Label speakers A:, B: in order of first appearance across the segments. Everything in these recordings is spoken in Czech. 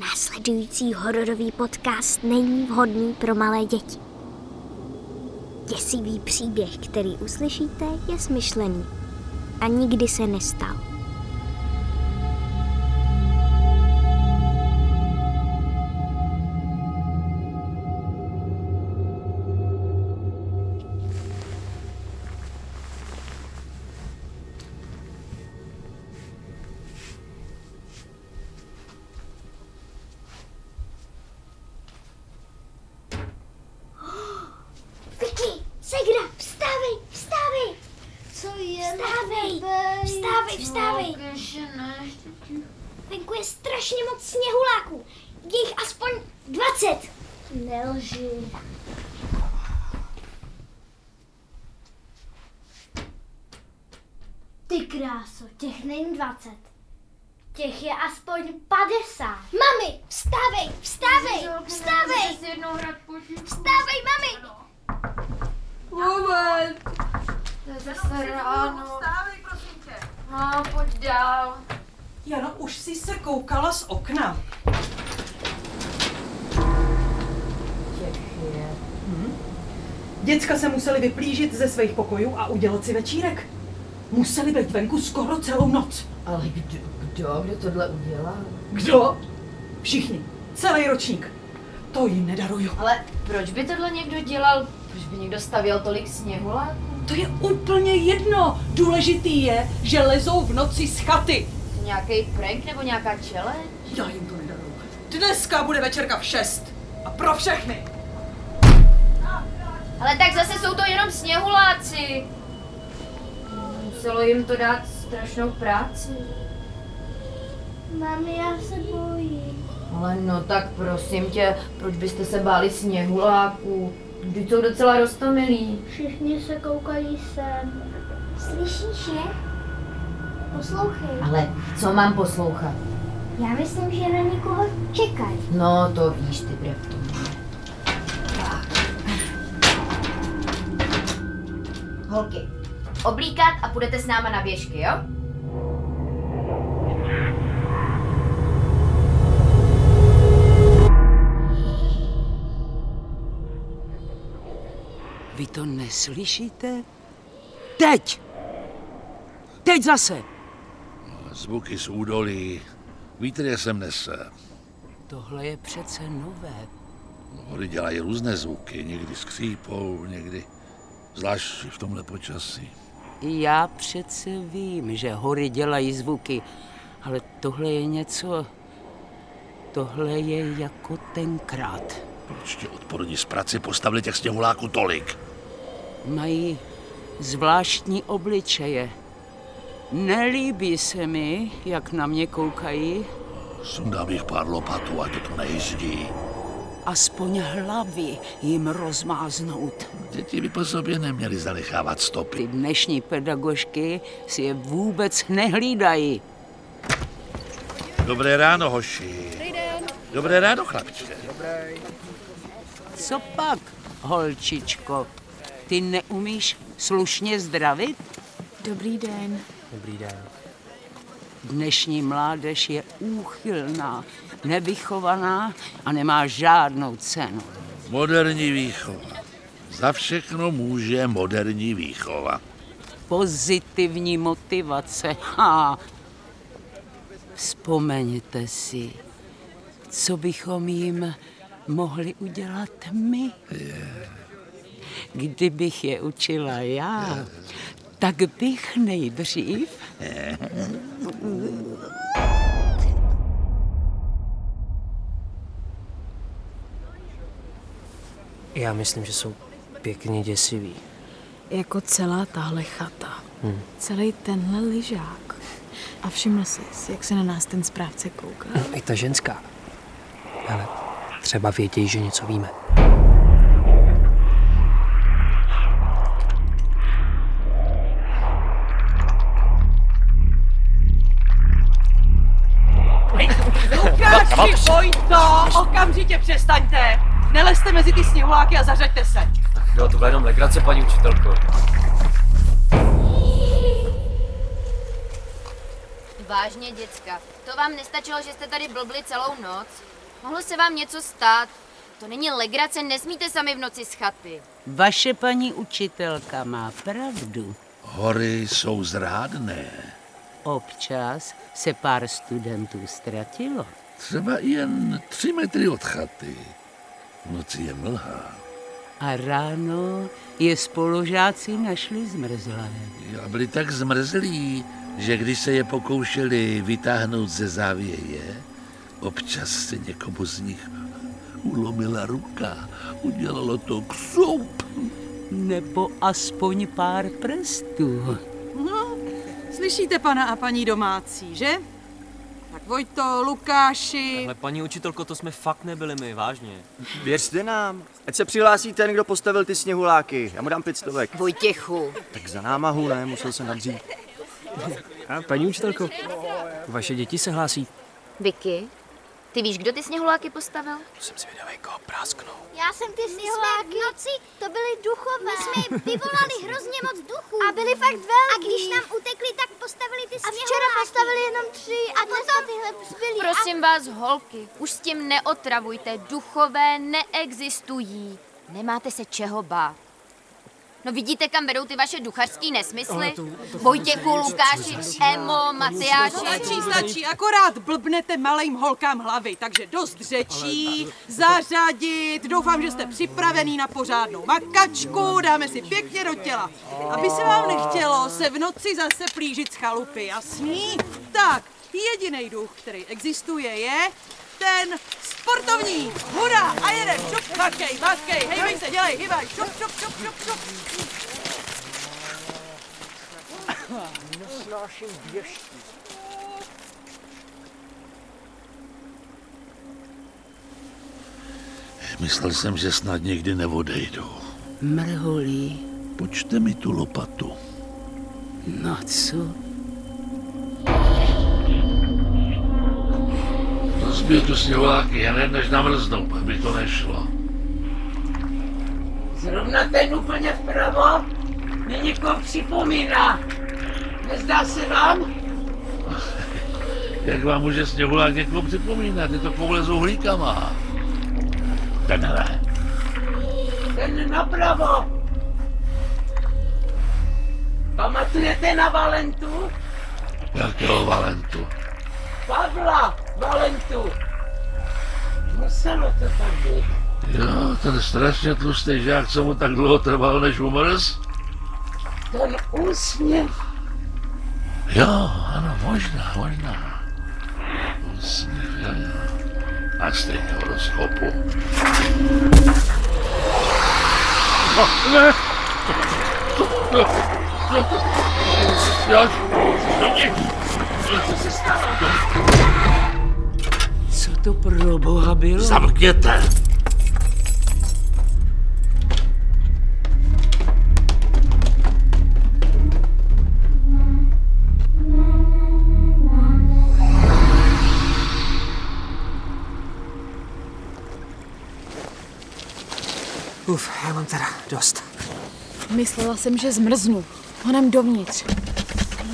A: Následující hororový podcast není vhodný pro malé děti. Děsivý příběh, který uslyšíte, je smyšlený a nikdy se nestal. Vicky, Segra, vstávej, vstávej!
B: Co je?
A: Vstávej,
B: Nebej,
A: vstávej, vstávej.
B: člověče, ne.
A: Venku je strašně moc sněhuláků. Je jich aspoň 20.
B: Nelži. Ty kráso, těch není 20. Těch je aspoň 50.
A: Mami, vstávej, vstávej, vstávej! Vstávej, mami!
B: Moment. To je zase ráno.
C: Vstávej, prosím tě.
B: No, pojď dál.
C: Jano, už jsi se koukala z okna. Děcka se museli vyplížit ze svých pokojů a udělat si večírek. Museli být venku skoro celou noc.
D: Ale kdo, kdo, kdo tohle udělal?
C: Kdo? Všichni. Celý ročník. To jim nedaruju.
D: Ale proč by tohle někdo dělal? Proč by někdo stavěl tolik sněhuláků?
C: To je úplně jedno. Důležitý je, že lezou v noci z chaty.
D: To Nějaký prank nebo nějaká čele?
C: Já jim to nedaruju. Dneska bude večerka v šest. A pro všechny.
D: Ale tak zase jsou to jenom sněhuláci. Muselo jim to dát strašnou práci.
B: Mami, já se bojím.
D: Ale no tak prosím tě, proč byste se báli sněhuláků? Vždyť jsou docela rostomilí.
B: Všichni se koukají sem.
A: Slyšíš je? Poslouchej,
D: Ale co mám poslouchat?
A: já myslím, že na někoho čekají.
D: No to víš, ty brevto. Holky, oblíkat a půjdete s náma na běžky, jo?
E: Vy to neslyšíte? Teď! Teď zase!
F: Zvuky z údolí. Vítr je sem nese.
E: Tohle je přece nové.
F: Hory dělají různé zvuky, někdy skřípou, někdy zvlášť v tomhle počasí.
E: Já přece vím, že hory dělají zvuky, ale tohle je něco... Tohle je jako tenkrát.
F: Proč ti odporní z praci postavili těch sněhuláků tolik?
E: Mají zvláštní obličeje. Nelíbí se mi, jak na mě koukají,
F: Sundám jich pár lopatů, ať to tu nejízdí.
E: aspoň hlavy jim rozmáznout.
F: Děti by po sobě neměly zanechávat stopy.
E: Ty dnešní pedagožky si je vůbec nehlídají.
F: Dobré ráno, hoši. Dobré ráno, chlapče.
E: Co pak, holčičko? Ty neumíš slušně zdravit?
G: Dobrý den.
E: Dnešní mládež je úchylná, nevychovaná a nemá žádnou cenu.
F: Moderní výchova. Za všechno může moderní výchova.
E: Pozitivní motivace. Ha. Vzpomeňte si, co bychom jim mohli udělat my. Kdybych je učila já, tak bych nejdřív
H: Já myslím, že jsou pěkně děsiví.
G: Jako celá tahle chata. Hmm. Celý tenhle lyžák. A všiml jsi, jak se na nás ten správce kouká?
H: No, I ta ženská. Ale třeba vědějí, že něco víme.
C: Ukážky, Vojto, okamžitě přestaňte. Nelezte mezi ty sněhuláky a zařaďte se.
H: No to byla jenom legrace, paní učitelko.
D: Vážně, děcka, to vám nestačilo, že jste tady blbli celou noc? Mohlo se vám něco stát. To není legrace, nesmíte sami v noci z chaty.
E: Vaše paní učitelka má pravdu.
F: Hory jsou zrádné.
E: Občas se pár studentů ztratilo.
F: Třeba i jen tři metry od chaty. V noci je mlha.
E: A ráno je spolužáci našli zmrzlé.
F: A byli tak zmrzlí, že když se je pokoušeli vytáhnout ze závěje, občas se někomu z nich ulomila ruka. Udělalo to křup.
E: Nebo aspoň pár prstů.
I: No, slyšíte pana a paní domácí, že? Tak Vojto, Lukáši,
J: Ale paní učitelko, to jsme fakt nebyli my, vážně.
K: Věřte nám. Ať se přihlásí ten, kdo postavil ty sněhuláky. Já mu dám pět stovek.
L: Vojtěchu.
K: Tak za námahu, ne? Musel jsem nadřít.
H: A paní učitelko, vaše děti se hlásí.
D: Vicky, ty víš, kdo ty sněhuláky postavil?
H: Jsem si vědavý, koho prásknou.
A: Já jsem ty sněhuláky. v noci, to byly duchové. My jsme jim vyvolali hrozně moc duchů. A byli fakt velký. A když nám utekli, tak postavili ty sněhuláky. A včera postavili jenom tři a, a potom tyhle zbyli.
D: Prosím vás, holky, už s tím neotravujte. Duchové neexistují. Nemáte se čeho bát. No vidíte, kam vedou ty vaše duchařský nesmysly? Vojtěchu, Lukáši, Emo, Matyáši.
I: stačí, stačí, akorát blbnete malým holkám hlavy, takže dost řečí, zařadit, doufám, že jste připravený na pořádnou makačku, dáme si pěkně do těla, aby se vám nechtělo se v noci zase plížit z chalupy, jasný? Tak, jediný duch, který existuje, je ten sportovní. Hurá a jedem, šup, makej, makej, hejbej se, dělej, hýbaj, šup, šup, šup, šup, šup.
F: Myslel jsem, že snad někdy neodejdu.
E: Mrholí.
F: Počte mi tu lopatu.
E: No co?
F: Rozbiju tu sněhuláky, hned než namrznou, pak by to nešlo.
L: Zrovna ten úplně vpravo mi někoho připomíná. Nezdá se vám?
F: Jak vám může sněhulák někoho připomínat? Je to koule s uhlíkama. Tenhle.
L: Ten napravo. Pamatujete na Valentu?
F: Jakého Valentu?
L: Pavla Valentu. Muselo to tak být.
F: Jo, ten strašně tlustý žák, co mu tak dlouho trval, než umrz?
L: Ten úsměv.
F: Jo, ano, možná, možná. Úsměv, jo, jo. A stejně ho rozchopu. No, ne! No, no, Já, co se stalo?
E: Co to pro boha bylo?
F: Zamkněte!
H: Uf, já mám teda dost.
G: Myslela jsem, že zmrznu. Honem dovnitř.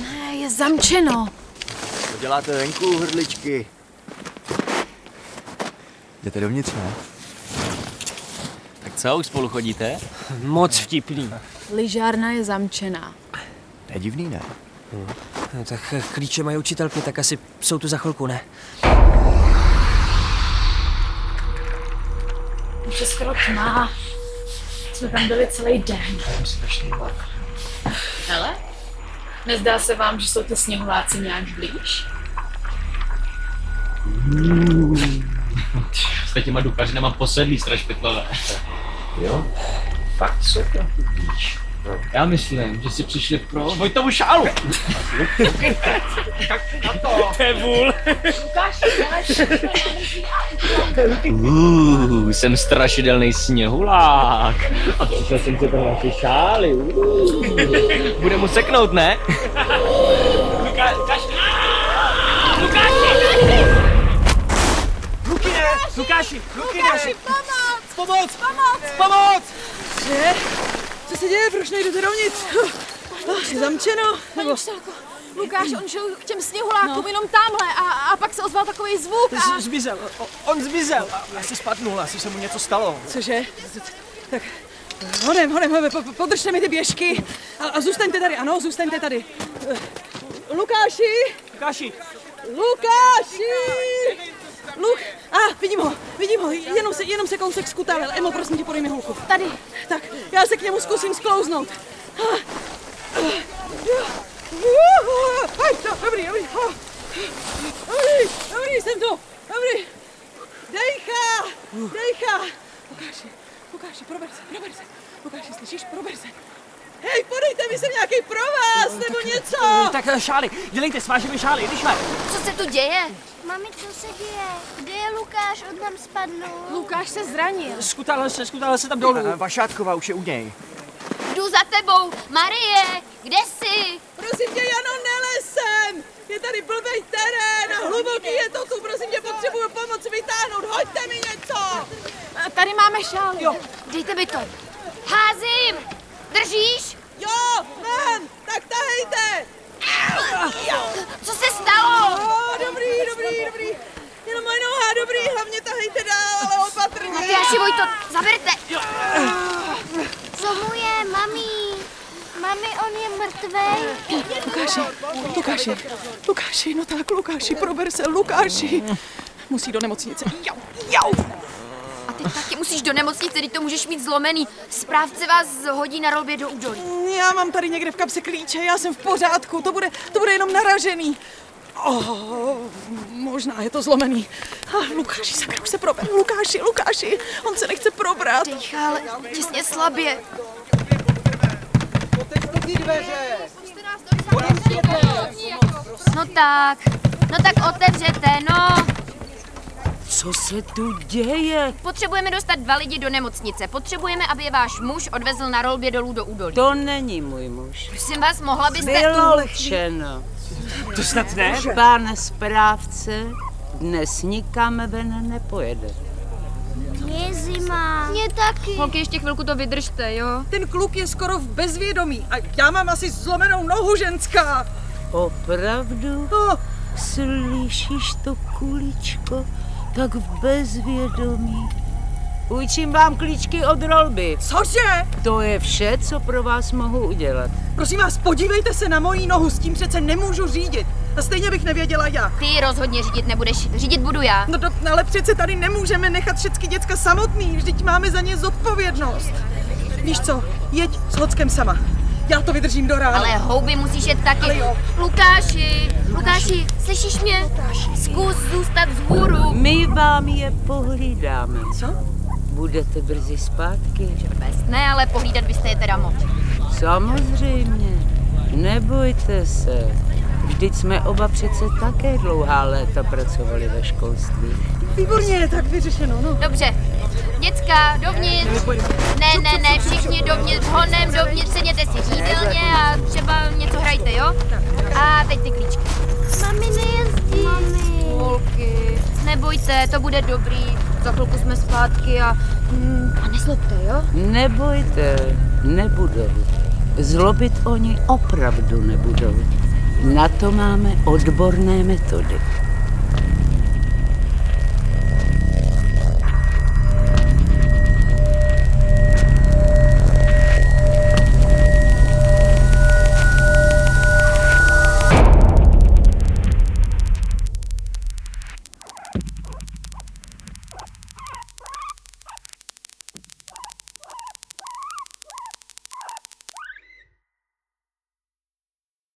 G: Ne, je zamčeno.
K: To děláte venku, hrdličky. Jdete dovnitř, ne?
J: Tak co, už spolu chodíte?
H: Moc vtipný.
G: Lyžárna je zamčená.
K: To je divný, ne?
H: No, tak eh, klíče mají učitelky, tak asi jsou tu za chvilku, ne?
B: To skoro tma. Jsme tam byli celý den.
M: Hele, nezdá se vám, že jsou ty sněhuláci nějak blíž?
J: S těma dukařinama posedlí strašpitlové.
K: Jo, fakt jsou tam blíž.
J: Já myslím, že si přišli pro Vojtovu šálu. to je vůl. Uuu, jsem strašidelný sněhulák. A přišel jsem se pro naši šály. uuu. Bude mu seknout, ne?
K: Lukine! Lukáši!
I: Lukáši, pomoc! Pomoc! Pomoc! Pomoc! Co se děje? Proč nejdete dovnitř? Oh, je zamčeno? Nebo...
N: Lukáš, on šel k těm sněhulákům no. jenom tamhle a, a pak se ozval takový zvuk a...
O: Z- Zmizel, o- on zmizel. Asi spadnul, asi se mu něco stalo.
I: Cože? Tak honem, honem, honem, po- po- podržte mi ty běžky a, a zůstaňte tady, ano, zůstaňte tady. Eh, Lukáši!
O: Lukáši!
I: Lukáši! Luk, a ah, vidím ho, vidím ho, jenom se, jenom se kousek skutálil. Emo, prosím tě, podej mi hulku. Tady. Tak, já se k němu zkusím sklouznout. Ah. Ah. Aj, to, Dobrý, dobrý. Ah. Dobrý, dobrý, jsem tu. Dobrý. Dejchá, dejchá. Lukáši, Lukáši, prober se, prober se. Lukáši, slyšíš, prober se. Hej, podejte mi sem nějaký provaz, nebo něco.
O: Tak eh, šály, dělejte, svážeme šály, rychle.
D: Co se tu děje?
A: Mami, co se děje? Kde je Lukáš? On tam spadnul.
N: Lukáš se zranil.
O: Skutálil se, skutálil se tam dolů.
K: Eh, Vašátková už je u něj.
D: Jdu za tebou! Marie, kde jsi?
I: Prosím tě, Jano, nelesem! Je tady blbej terén a hluboký je to tu, prosím tě, potřebuju pomoc vytáhnout, hoďte mi něco!
N: Tady máme šál.
I: Jo.
D: Dejte mi to. Házím! Držíš?
I: Jo, mám! Tak tahejte!
D: Co se stalo?
I: O, Oh, dobrý, dobrý, dobrý. Jenom moje noha, dobrý, hlavně tahejte dál, ale opatrně.
D: Matyáši, Vojto, zaberte!
A: Co mu je, mami? Mami, on je mrtvý.
I: Lukáši, Lukáši, Lukáši, no tak, Lukáši, prober se, Lukáši. Musí do nemocnice. Jau, jau.
D: A ty taky musíš do nemocnice, teď to můžeš mít zlomený. Správce vás hodí na robě do údolí.
I: Já mám tady někde v kapse klíče, já jsem v pořádku, to bude, to bude jenom naražený. Oh, možná je to zlomený. Ah, Lukáši, sakra, už se prober. Lukáši, Lukáši, on se nechce probrat.
D: Dejchá, ale těsně slabě.
I: Ty dveře!
D: No tak, no tak otevřete, no.
E: Co se tu děje?
D: Potřebujeme dostat dva lidi do nemocnice. Potřebujeme, aby je váš muž odvezl na rolbě dolů do údolí.
E: To není můj muž.
D: Prosím vás, mohla byste...
E: Vyloučeno.
O: To snad ne?
E: Pán správce dnes nikam ven nepojede.
A: Je zima.
D: Mě taky. Holky, ještě chvilku to vydržte, jo?
I: Ten kluk je skoro v bezvědomí a já mám asi zlomenou nohu ženská. Oh,
E: Opravdu? Slyšíš to kuličko? Tak v bezvědomí. Půjčím vám klíčky od rolby.
I: Cože?
E: To je vše, co pro vás mohu udělat.
I: Prosím vás, podívejte se na moji nohu, s tím přece nemůžu řídit. A stejně bych nevěděla jak.
D: Ty rozhodně řídit nebudeš, řídit budu já.
I: No do, ale přece tady nemůžeme nechat všechny děcka samotný, vždyť máme za ně zodpovědnost. Víš co, jeď s Hockem sama. Já to vydržím do rána.
D: Ale houby musíš jet taky. Lukáši, Lukáši, slyšíš mě? Zkus zůstat z hůru.
E: My vám je pohlídáme. Co? Budete brzy zpátky?
D: Ne, ale pohlídat byste je teda moc.
E: Samozřejmě. Nebojte se. Vždyť jsme oba přece také dlouhá léta pracovali ve školství.
I: Výborně, tak vyřešeno, no.
D: Dobře. Děcka, dovnitř. Ne, ne, ne, všichni dovnitř, honem dovnitř, seděte si jídelně a třeba něco hrajte, jo? A teď ty klíčky.
A: Mami nejezdí. Mami.
D: Holky, nebojte, to bude dobrý. Za chvilku jsme zpátky a... mm, A nezlobte, jo?
E: Nebojte, nebudou. Zlobit oni opravdu nebudou. Na to máme odborné metody.